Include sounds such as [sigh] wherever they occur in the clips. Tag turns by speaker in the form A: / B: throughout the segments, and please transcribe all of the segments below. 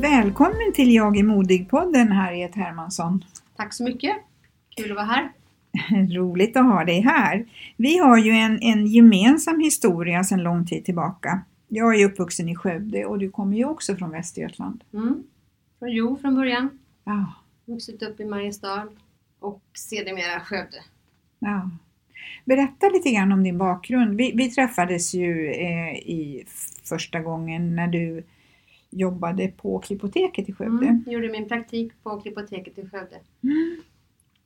A: Välkommen till Jag är modig-podden, Harriet Hermansson.
B: Tack så mycket. Kul att vara här.
A: Roligt att ha dig här. Vi har ju en, en gemensam historia sedan lång tid tillbaka. Jag är ju uppvuxen i Skövde och du kommer ju också från Västergötland.
B: Mm. Från Jo från början.
A: Ja,
B: Vuxit upp i Mariestad och sedermera Skövde.
A: ja. Berätta lite grann om din bakgrund. Vi, vi träffades ju eh, i första gången när du jobbade på Klippoteket i Skövde.
B: Mm. Gjorde min praktik på Klippoteket i Skövde.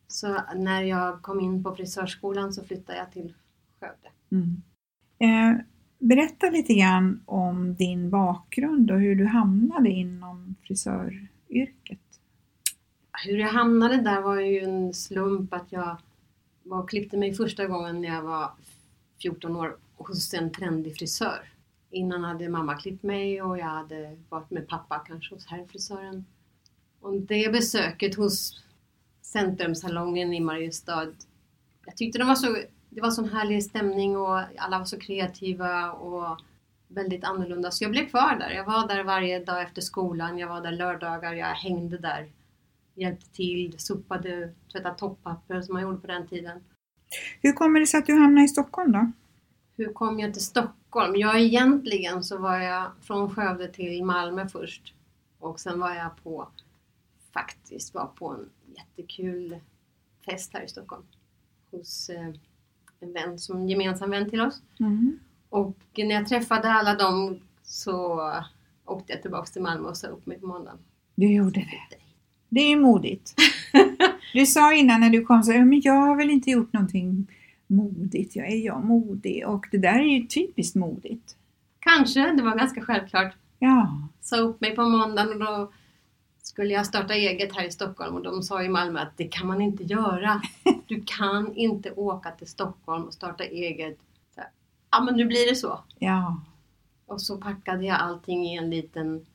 B: Så när jag kom in på frisörskolan så flyttade jag till Skövde.
A: Mm. Eh, berätta lite grann om din bakgrund och hur du hamnade inom frisöryrket.
B: Hur jag hamnade där var ju en slump att jag var och klippte mig första gången när jag var 14 år hos en trendig frisör. Innan hade mamma klippt mig och jag hade varit med pappa kanske hos herrfrisören. Och det besöket hos Centrumsalongen i Mariestad. Jag tyckte de var så, det var sån härlig stämning och alla var så kreativa och väldigt annorlunda. Så jag blev kvar där. Jag var där varje dag efter skolan. Jag var där lördagar. Jag hängde där. Hjälpte till, sopade, tvättade toppapper som man gjorde på den tiden.
A: Hur kommer det sig att du hamnade i Stockholm då?
B: Hur kom jag till Stockholm? Ja, egentligen så var jag från Skövde till Malmö först. Och sen var jag på, faktiskt var på en jättekul fest här i Stockholm. Hos eh, en vän som gemensam vän till oss.
A: Mm.
B: Och när jag träffade alla dem så åkte jag tillbaks till Malmö och sa upp mig på måndagen.
A: Du gjorde det. Det är ju modigt. Du sa innan när du kom så här, men jag har väl inte gjort någonting modigt. Jag är jag modig? Och det där är ju typiskt modigt.
B: Kanske, det var ganska självklart.
A: Ja,
B: Sa upp mig på måndagen och då skulle jag starta eget här i Stockholm och de sa i Malmö att det kan man inte göra. Du kan inte åka till Stockholm och starta eget. Så, här, ja men nu blir det så.
A: ja,
B: Och så packade jag allting i en liten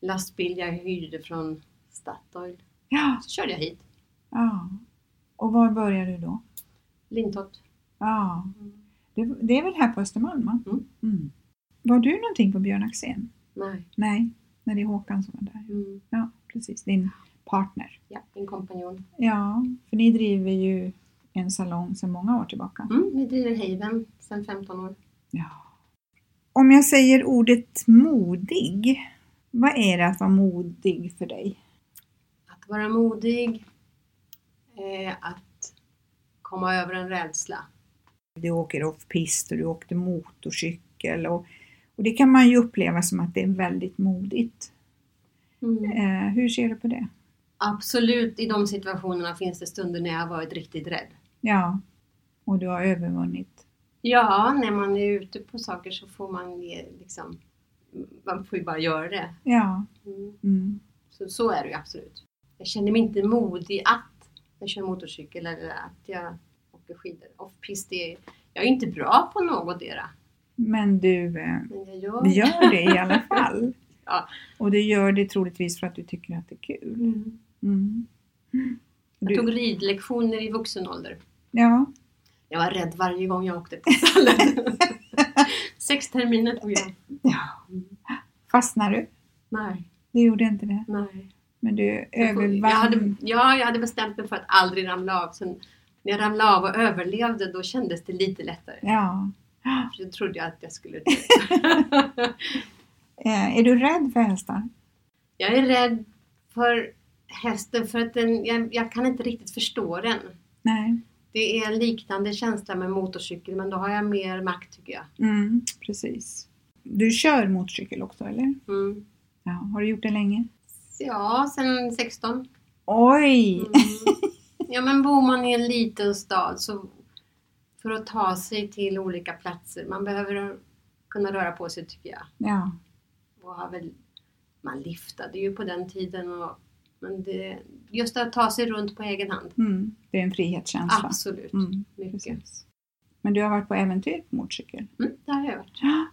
B: lastbil jag hyrde från Statoil.
A: ja,
B: Så körde jag hit.
A: ja. Och var började du då?
B: Lintott.
A: Ja, det, det är väl här på Östermalm va?
B: Mm.
A: Mm. Var du någonting på Björn Axén?
B: Nej.
A: Nej, när det är Håkan som var där.
B: Mm.
A: Ja, precis. Din partner.
B: Ja, min kompanjon.
A: Ja, för ni driver ju en salong sedan många år tillbaka.
B: Mm, vi driver Haven sedan 15 år.
A: Ja. Om jag säger ordet modig, vad är det att vara modig för dig?
B: Att vara modig, eh, att komma över en rädsla.
A: Du åker off-pist och du åkte motorcykel och, och det kan man ju uppleva som att det är väldigt modigt. Eh, hur ser du på det?
B: Absolut, i de situationerna finns det stunder när jag har varit riktigt rädd.
A: Ja, och du har övervunnit.
B: Ja, när man är ute på saker så får man ge, liksom, man får ju bara göra det.
A: Ja,
B: Mm.
A: mm.
B: Så, så är det ju absolut. Jag känner mig inte modig att jag kör motorcykel eller att jag åker skidor. Off-pist, är- jag är inte bra på någotdera.
A: men du, eh,
B: Men jag
A: Du
B: gör...
A: gör det i alla fall.
B: [laughs] Ja.
A: Och du gör det troligtvis för att du tycker att det är kul.
B: Mm.
A: Mm.
B: Jag
A: Du-
B: tog ridlektioner i vuxen ålder.
A: Ja,
B: Jag var rädd varje gång jag åkte på stallet. [laughs] Sex terminer tog jag.
A: fastnar du?
B: Nej,
A: Du gjorde inte det.
B: nej.
A: Men du
B: Jag
A: övervann.
B: hade, ja, jag hade bestämt mig för att aldrig ramla av. Sen när jag ramlade av och överlevde, då kändes det lite lättare.
A: Ja.
B: För då trodde jag att jag skulle dö. [laughs]
A: Eh, är du rädd för hästar?
B: Jag är rädd för hästen för att den, jag, jag kan inte riktigt förstå den.
A: Nej.
B: Det är en liknande känsla med motorcykel, men då har jag mer makt tycker jag.
A: Mm, precis. Du kör motorcykel också, eller?
B: Mm.
A: Ja. Har du gjort det länge?
B: Ja, sen 16.
A: Oj!
B: Mm. Ja men bor man i en liten stad så för att ta sig till olika platser, man behöver kunna röra på sig tycker jag.
A: [laughs] Ja.
B: Och har väl, man liftade ju på den tiden och, men det, just att ta sig runt på egen hand.
A: Mm. Det är en frihetskänsla.
B: Absolut,
A: Mm,
B: mycket.
A: precis. Men du har varit på äventyr på motorcykel?
B: Mm, det har jag varit.
A: Ja.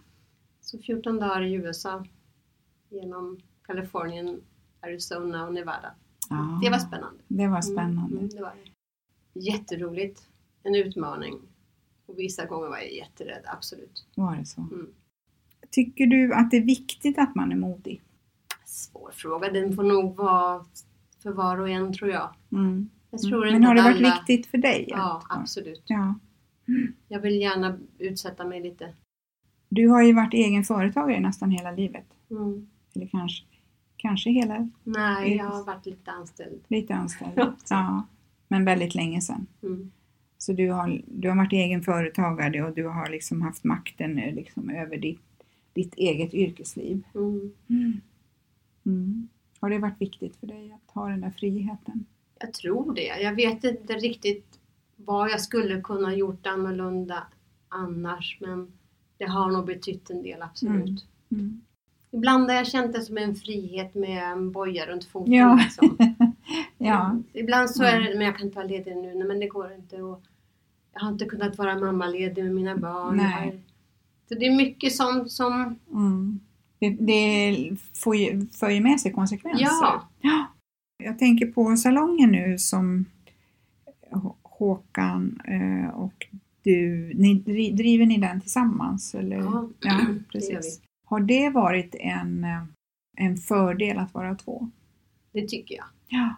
B: Så 14 dagar i USA genom Kalifornien, Arizona och Nevada. Det var spännande.
A: Det var
B: Mm,
A: spännande.
B: Mm, det var det. Jätteroligt. En utmaning. Och vissa gånger var jag jätterädd, absolut.
A: Var det så?
B: Mm.
A: Tycker du att det är viktigt att man är modig?
B: Svår fråga. Den får nog vara för var och en tror jag.
A: Mm.
B: Jag tror
A: Men
B: inte
A: har det
B: att
A: varit
B: alla...
A: viktigt för dig?
B: Ja,
A: att-
B: absolut.
A: ja.
B: Jag vill gärna utsätta mig lite.
A: Du har ju varit egen företagare nästan hela livet.
B: Mm.
A: Eller kanske, kanske hela,
B: Nej, jag har
A: Yes.
B: varit lite anställd.
A: lite anställd.
B: [laughs] Ja.
A: ja, men väldigt länge sedan.
B: Mm.
A: Så du har, du har varit egen företagare och du har liksom haft makten nu liksom över ditt, ditt eget yrkesliv.
B: Mm.
A: Mm. Har det varit viktigt för dig att ha den där friheten?
B: Jag tror det. Jag vet inte riktigt vad jag skulle kunna gjort annorlunda annars. Men det har nog betytt en del, absolut.
A: Mm. Mm.
B: Ibland har jag känt det som en frihet med en boja runt foten.
A: Ja.
B: Liksom.
A: [laughs] Ja,
B: Ibland så är det, men jag kan inte vara ledig nu, nej men det går inte. Och jag har inte kunnat vara mammaledig med mina barn.
A: Nej.
B: Jag har- Så det är mycket sånt som,
A: mm. det, det får ju, för ju med sig konsekvenser.
B: ja.
A: Ja. Jag tänker på salongen nu som H- Håkan eh, och du, ni, dri- driver ni den tillsammans? Eller?
B: Ja,
A: ja,
B: det gör vi.
A: precis. Har det varit en, eh, en fördel att vara två?
B: Det tycker jag.
A: Ja.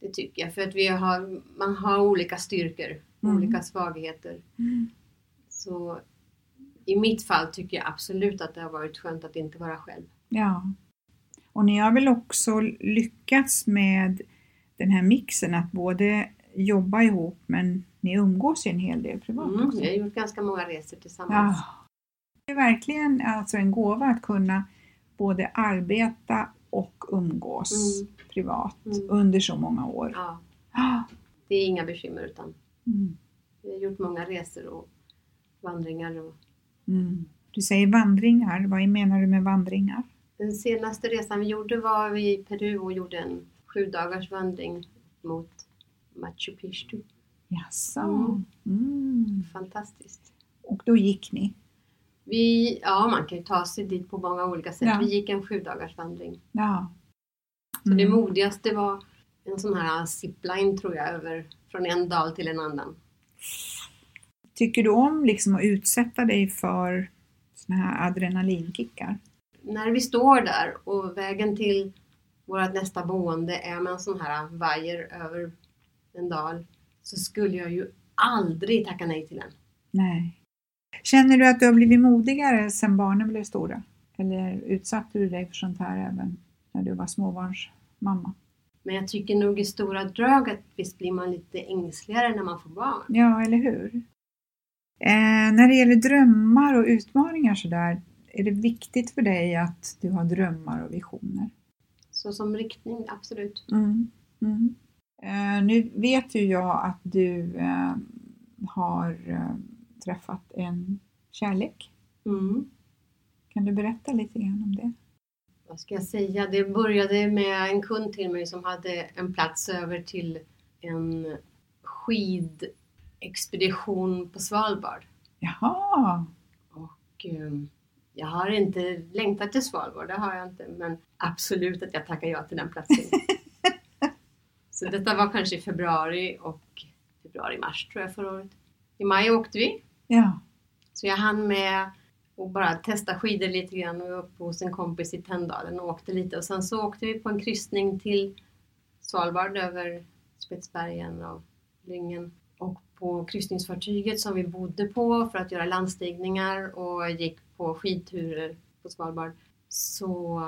B: Det tycker jag, för att vi har, man har olika styrkor,
A: Mm.
B: olika svagheter.
A: Mm.
B: Så i mitt fall tycker jag absolut att det har varit skönt att inte vara själv.
A: ja. Och ni har väl också lyckats med den här mixen att både jobba ihop men ni umgås ju en hel del privat
B: Mm.
A: också.
B: Vi har gjort ganska många resor tillsammans.
A: Ja. Det är verkligen alltså en gåva att kunna både arbeta och umgås
B: Mm.
A: privat
B: Mm.
A: under så många år.
B: Ja,
A: Ah,
B: det är inga bekymmer utan
A: Mm.
B: Vi har gjort många resor och vandringar. Och
A: Mm. Du säger vandringar, vad menar du med vandringar?
B: den senaste resan vi gjorde var vi i Peru och gjorde en sju dagars vandring mot Machu Picchu.
A: Jaså?
B: Mm.
A: Mm.
B: Fantastiskt.
A: Och då gick ni?
B: Vi, ja, man kan ju ta sig dit på många olika sätt.
A: Ja.
B: Vi gick en sju dagars vandring.
A: Ja.
B: Så
A: Mm.
B: det modigaste var en sån här zipline tror jag, över, från en dal till en annan.
A: Tycker du om liksom att utsätta dig för såna här adrenalinkickar?
B: När vi står där och vägen till vårt nästa boende är med en sån här vajer över en dal så skulle jag ju aldrig tacka nej till den.
A: Nej. Känner du att du har blivit modigare sedan barnen blev stora? Eller utsatte du dig för sånt här även när du var småbarnsmamma?
B: Men jag tycker nog i stora drag att visst blir man lite ängsligare när man får barn.
A: Ja, eller hur? Eh, när det gäller drömmar och utmaningar sådär, är det viktigt för dig att du har drömmar och visioner?
B: Så som riktning, absolut.
A: Mm. Mm. Eh, nu vet ju jag att du eh, har eh, träffat en kärlek. Kan du berätta lite grann om det?
B: Vad ska jag säga? Det började med en kund till mig som hade en plats över till en skidexpedition på Svalbard.
A: Jaha!
B: Och, ehm, jag har inte längtat till Svalbard, det har jag inte. Men absolut att jag tackar ja till den platsen. Så Så detta var kanske i februari och februari-mars tror jag förra året. I maj åkte vi
A: Ja.
B: så jag hann med och bara testa skidor lite grann och var uppe hos en kompis i Tänndalen och åkte lite och sen så åkte vi på en kryssning till Svalbard över Spetsbergen och Lyngen och på kryssningsfartyget som vi bodde på för att göra landstigningar och gick på skidturer på Svalbard så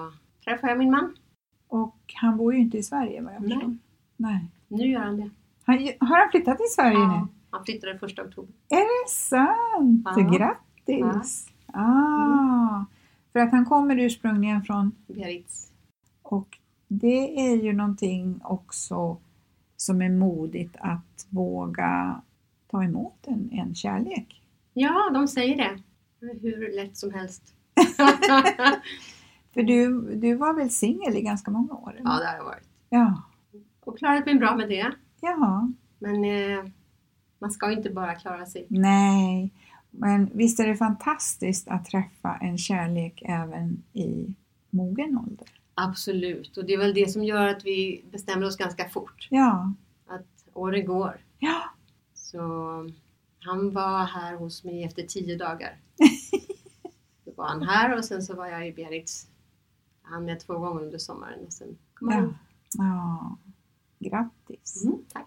B: träffade jag min man.
A: Och han bor ju inte i Sverige vad jag
B: Nej.
A: förstår. Nej.
B: Nu gör han det.
A: Han, har han flyttat till Sverige nu?
B: Han flyttade första oktober.
A: Är det sant?
B: Ja. Mm.
A: Grattis! Ah, för att han kommer ursprungligen från,
B: Biarritz.
A: och det är ju någonting också som är modigt att våga ta emot en, en kärlek.
B: Ja, de säger det. Hur lätt som helst.
A: För du, du var väl singel i ganska många år? eller?
B: ja, det har jag varit.
A: ja.
B: Och klarat mig bra med det.
A: Ja,
B: Men eh, man ska ju inte bara klara sig.
A: nej. Men visst är det fantastiskt att träffa en kärlek även i mogen ålder?
B: Absolut, och det är väl det som gör att vi bestämde oss ganska fort.
A: Ja,
B: Att året går.
A: ja.
B: Så han var här hos mig efter tio [laughs] dagar. Då var han här och sen så var jag i Biarritz. Han med två gånger under sommaren och sen kom han.
A: Ja. ja. Grattis!
B: Mm, tack.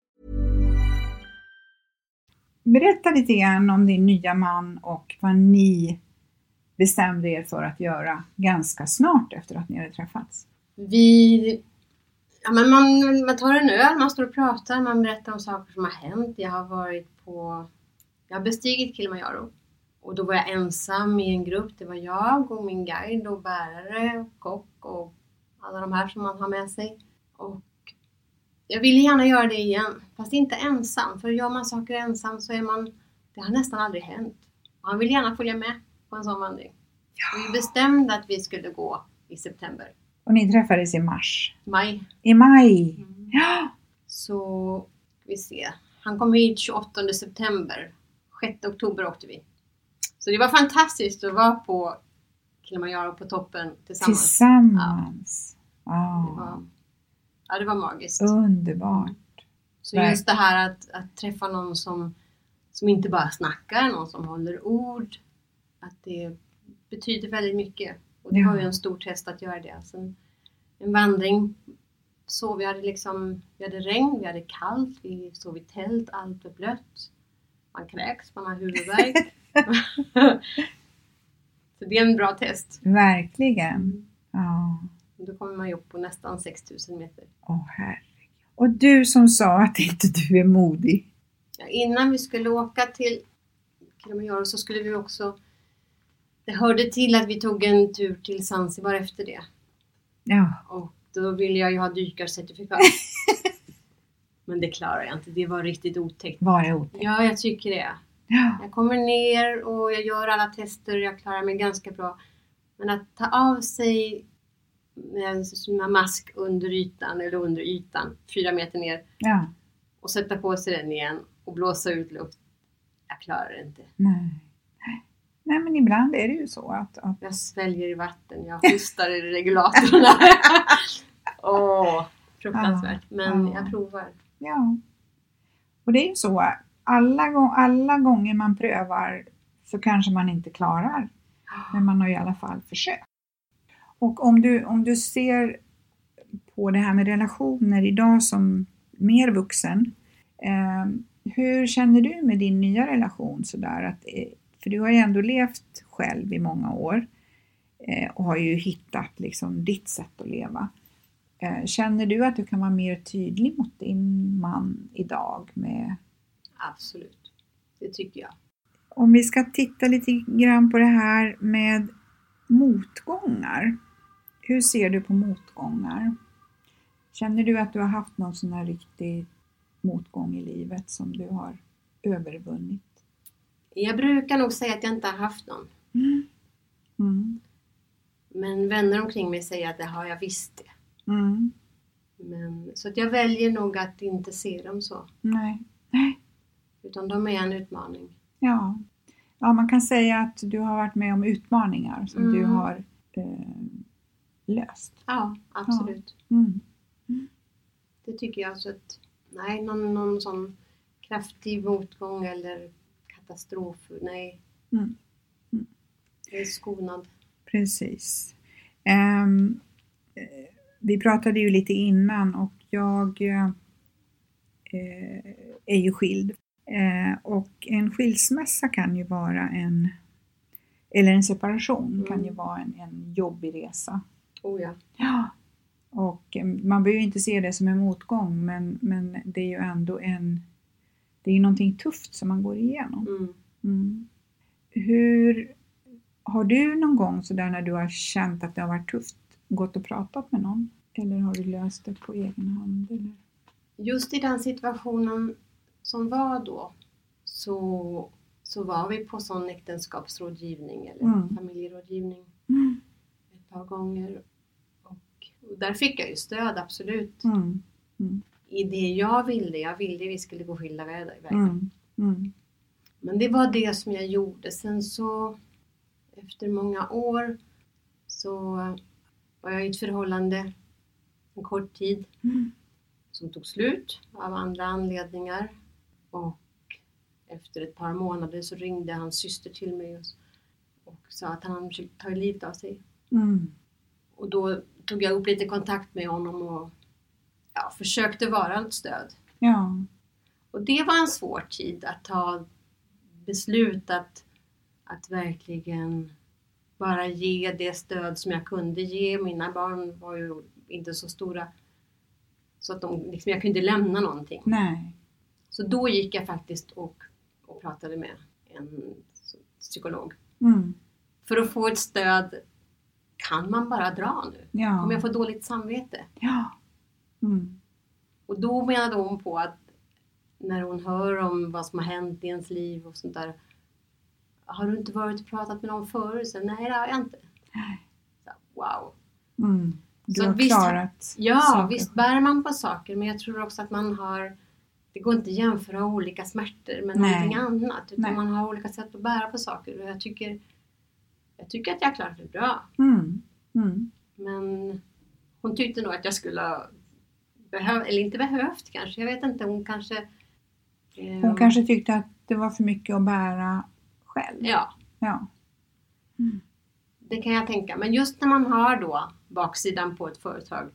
A: Berätta lite grann om din nya man och vad ni bestämde er för att göra ganska snart efter att ni hade träffats.
B: Vi... Ja, men man, man tar en öl, man står och pratar, man berättar om saker som har hänt. Jag har varit på... Jag har bestigit Kilimanjaro. Och då var jag ensam i en grupp. Det var jag och min guide och bärare och kock och alla de här som man har med sig. Och jag ville gärna göra det igen, fast inte ensam. För gör man saker ensam så är man... Det har nästan aldrig hänt. Och han vill gärna följa med på en sån vandring. Och Vi bestämde att vi skulle gå i september,
A: Och ni träffades i mars.
B: maj
A: I maj! Ja!
B: Så ska vi se. Han kom hit 28 september. 6 oktober åkte vi. Så det var fantastiskt att vara på Kilimanjaro på toppen tillsammans.
A: Tillsammans!
B: Det
A: Ja.
B: var, ja, det var magiskt.
A: Underbart!
B: Så just det här att, att träffa någon som, som inte bara snackar, någon som håller ord. Att det betyder väldigt mycket. Och det
A: Ja.
B: var ju en stor test att göra det. Sen, en vandring, så vi hade liksom, vi hade regn, vi hade kallt, vi sov i tält, allt var blött. Man kräks, man har huvudvärk. [laughs] så det är en bra test.
A: Verkligen! Ja.
B: Då kommer man ju upp på nästan 6000 meter.
A: Åh herregud. Och du som sa att inte du är modig.
B: Ja, innan vi skulle åka till Kilimanjaro så skulle vi också... Det hörde till att vi tog en tur till Zanzibar efter det.
A: Ja.
B: Och då ville jag ju ha dykarcertifikat. Men det klarade jag inte. Det var riktigt otäckt.
A: Vara otäck.
B: Ja, jag tycker det.
A: Ja.
B: Jag kommer ner och jag gör alla tester och jag klarar mig ganska bra. Men att ta av sig med en sån här mask under ytan eller under ytan, fyra meter ner
A: Ja,
B: och sätta på sig den igen och blåsa ut luft. Jag klarar det inte.
A: nej. Nej, men ibland är det ju så att, att
B: Jag sväljer i vatten, jag hostar i
A: [laughs]
B: regulatorerna. Åh, fruktansvärt. Men
A: Ja.
B: jag provar.
A: Ja. Och det är ju så, alla, gång, alla gånger man prövar så kanske man inte klarar. Men man har i alla fall försökt. Och om du, om du ser på det här med relationer idag som mer vuxen. Eh, hur känner du med din nya relation? Sådär att, eh, för du har ju ändå levt själv i många år eh, och har ju hittat liksom ditt sätt att leva. Eh, Känner du att du kan vara mer tydlig mot din man idag? Med,
B: Absolut. Det tycker jag.
A: om vi ska titta lite grann på det här med motgångar. Hur ser du på motgångar? Känner du att du har haft någon sån här riktig motgång i livet som du har övervunnit?
B: Jag brukar nog säga att jag inte har haft någon.
A: Mm.
B: Men vänner omkring mig säger att det har jag visst det.
A: Mm.
B: Men, så att jag väljer nog att inte se dem så.
A: Nej. [laughs] Nej.
B: Utan de är en utmaning.
A: Ja. ja, man kan säga att du har varit med om utmaningar som du
B: Mm.
A: har eh, löst.
B: Ja, absolut.
A: Mm.
B: Det tycker jag. Så att, nej, någon, någon sån kraftig motgång eller katastrof. Nej.
A: Mm. Mm.
B: Jag är skonad.
A: Precis. Ehm, eh, vi pratade ju lite innan och jag eh, eh, är ju skild. Eh, och en skilsmässa kan ju vara en, eller en separation kan ju vara en, en jobbig resa.
B: Oh ja.
A: Ja. Och eh, man behöver ju inte se det som en motgång men, men det är ju ändå en, det är ju någonting tufft som man går igenom.
B: Mm.
A: Mm. Hur Har du någon gång sådär när du har känt att det har varit tufft gått och pratat med någon? Eller har du löst det på egen hand? Eller?
B: Just i den situationen som var då så, så var vi på sån äktenskapsrådgivning eller
A: Mm.
B: familjerådgivning
A: Mm.
B: ett par gånger. Och, och där fick jag ju stöd, absolut.
A: Mm.
B: I det jag ville. Jag ville vi skulle gå skilda väder- vägar.
A: Mm. Mm.
B: Men det var det som jag gjorde. Sen så efter många år så var jag i ett förhållande en kort tid
A: Mm.
B: som tog slut av andra anledningar. Och efter ett par månader så ringde hans syster till mig och, och sa att han försökte ta livet av sig.
A: Mm.
B: Och då tog jag upp lite kontakt med honom och ja, försökte vara ett stöd.
A: Ja.
B: Och det var en svår tid att ta beslut att, att verkligen bara ge det stöd som jag kunde ge. Mina barn var ju inte så stora så att de, liksom, jag kunde lämna någonting.
A: Nej.
B: Så då gick jag faktiskt och, och pratade med en psykolog
A: Mm.
B: för att få ett stöd. Kan man bara dra nu?
A: Ja.
B: Kommer jag få dåligt samvete?
A: Ja. Mm.
B: Och då menade hon på att när hon hör om vad som har hänt i ens liv och sånt där. Har du inte varit och pratat med någon förut? Så, Nej, det har jag inte. Så, wow.
A: Mm. Du
B: Så
A: har
B: visst-
A: klarat
B: Ja,
A: saker.
B: visst bär man på saker, men jag tror också att man har det går inte att jämföra olika smärtor med
A: Nej.
B: någonting annat. Utan
A: Nej.
B: man har olika sätt att bära på saker. Och jag tycker, jag tycker att jag har klarat det bra.
A: Mm. Mm.
B: Men hon tyckte nog att jag skulle ha behövt, eller inte behövt kanske, jag vet inte, hon kanske...
A: Hon
B: ehm,
A: kanske tyckte att det var för mycket att bära själv.
B: Ja,
A: Ja.
B: det kan jag tänka. Men just när man har då baksidan på ett företag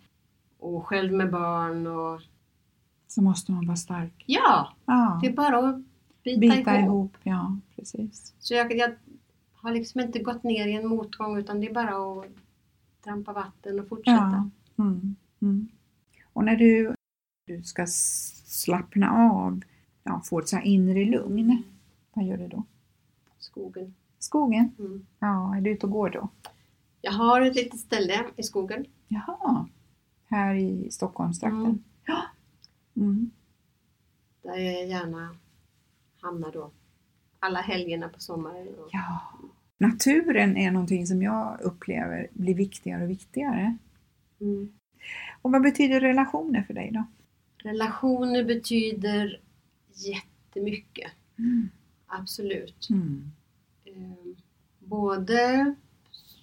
B: och själv med barn och...
A: Så måste man vara stark.
B: Ja,
A: Ja.
B: det är bara att bita,
A: Bita
B: ihop.
A: ihop. Ja, precis.
B: Så jag, jag har liksom inte gått ner i en motgång utan det är bara att trampa vatten och fortsätta.
A: Ja. Mm. Mm. Och när du, du ska s- slappna av, ja, få ett så här inre lugn, vad gör du då?
B: Skogen.
A: Skogen?
B: Mm.
A: Ja, är du ute och går då?
B: Jag har ett litet ställe i skogen
A: Jaha, här i Stockholmstrakten?
B: Mm.
A: Ja. Mm.
B: där jag gärna hamnar då alla helgerna på sommaren. Och,
A: ja. Naturen är någonting som jag upplever blir viktigare och viktigare.
B: Mm.
A: Och vad betyder relationer för dig då?
B: Relationer betyder jättemycket. Absolut. Eh, Både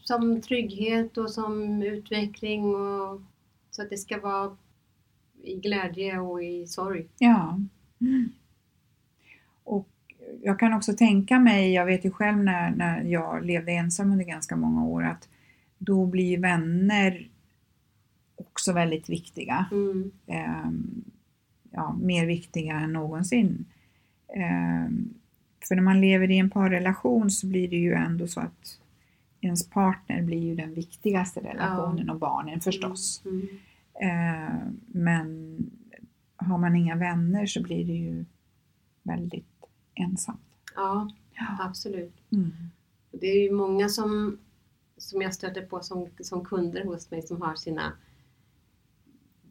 B: som trygghet och som utveckling och så att det ska vara i glädje och i sorg.
A: Ja. Och jag kan också tänka mig, jag vet ju själv när, när jag levde ensam under ganska många år, att då blir vänner också väldigt viktiga.
B: Mm.
A: Ehm, ja, mer viktiga än någonsin. Ehm, för när man lever i en parrelation så blir det ju ändå så att ens partner blir ju den viktigaste relationen och barnen förstås.
B: Mm.
A: Eh, men har man inga vänner så blir det ju väldigt ensamt.
B: Ja, absolut.
A: Mm.
B: Och Det är ju många som, som jag stöter på som, som kunder hos mig som har sina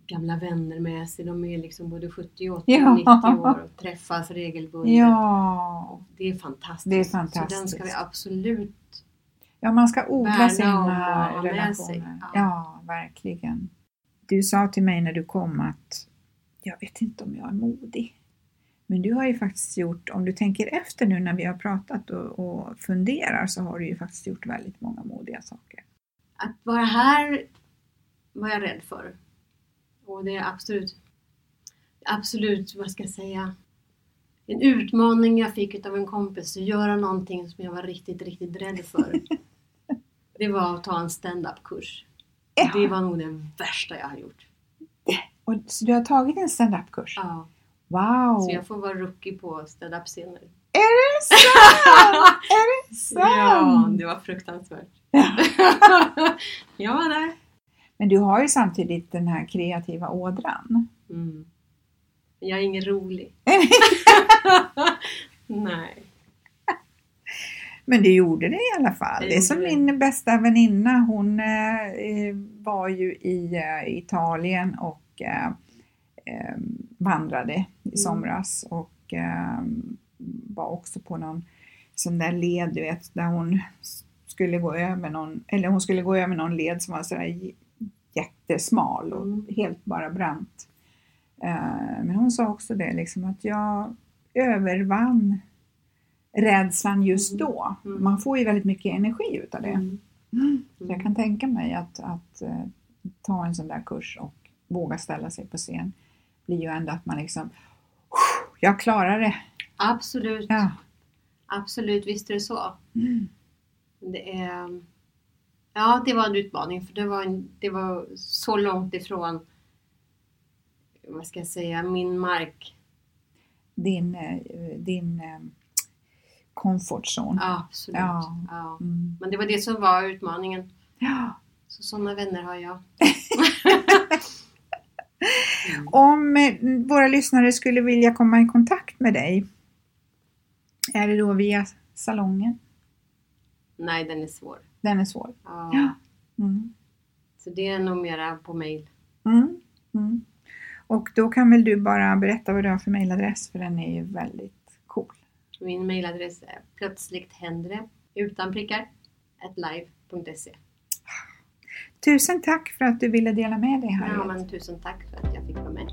B: gamla vänner med sig. De är liksom både 70, 80
A: Ja.
B: och 90 år och träffas regelbundet.
A: Ja.
B: Det är fantastiskt.
A: Det är fantastiskt.
B: Så den ska vi absolut...
A: ja, man ska odla
B: Värna om och
A: sina
B: ha med sig.
A: relationer. Ja.
B: Ja.
A: verkligen. Du sa till mig när du kom att jag vet inte om jag är modig. Men du har ju faktiskt gjort, om du tänker efter nu när vi har pratat och, och funderar så har du ju faktiskt gjort väldigt många modiga saker.
B: Att vara här var jag rädd för. Och det är absolut, absolut, vad ska jag säga, en utmaning jag fick av en kompis att göra någonting som jag var riktigt, riktigt rädd för. det var att ta en stand-up-kurs. Det var nog det värsta jag har gjort.
A: Och, så du har tagit en stand-up-kurs?
B: Ja.
A: Wow!
B: Så jag får vara rookie på stand-up-scener.
A: Är det sant?
B: [laughs]
A: är det sant?
B: Ja, det var fruktansvärt. [laughs] jag var där.
A: Men du har ju samtidigt den här kreativa ådran.
B: Mm. Jag är ingen rolig. [laughs] Nej.
A: Men du gjorde det i alla fall.
B: Jag
A: Det är
B: gjorde
A: som
B: det.
A: min bästa väninna. Hon eh, eh, var ju i eh, Italien och eh, eh, vandrade
B: Mm.
A: i somras och eh, var också på någon sån där led, du vet, där hon s- skulle gå över någon, eller hon skulle gå över någon led som var sådär j- jättesmal och
B: Mm.
A: helt bara brant. Eh, men hon sa också det liksom att jag övervann rädslan just då.
B: Mm.
A: Man får ju väldigt mycket energi utav det.
B: Mm.
A: Så jag kan tänka mig att, att eh, ta en sån där kurs och våga ställa sig på scen blir ju ändå att man liksom jag klarar det!
B: Absolut.
A: Ja. Mm.
B: Absolut, visst är det så. Det är... Ja, det var en utmaning för det var, en, det var så långt ifrån, vad ska jag säga, min mark.
A: Din, eh, din eh, comfort zone.
B: Ja, absolut.
A: Ja.
B: Ja.
A: Mm.
B: Men det var det som var utmaningen.
A: Ja.
B: Så sådana vänner har jag.
A: Om eh, våra lyssnare skulle vilja komma i kontakt med dig, är det då via salongen?
B: Nej, den är svår.
A: Den är svår.
B: Ja.
A: Mm.
B: Så det är nog mera på mail.
A: Mm. Mm. Och då kan väl du bara berätta vad du har för mailadress för den är ju väldigt cool.
B: Min mailadress är plötsligt händer det, utan prickar, at live.se.
A: Tusen tack för att du ville dela med dig här.
B: Ja, men tusen tack för att jag fick vara med.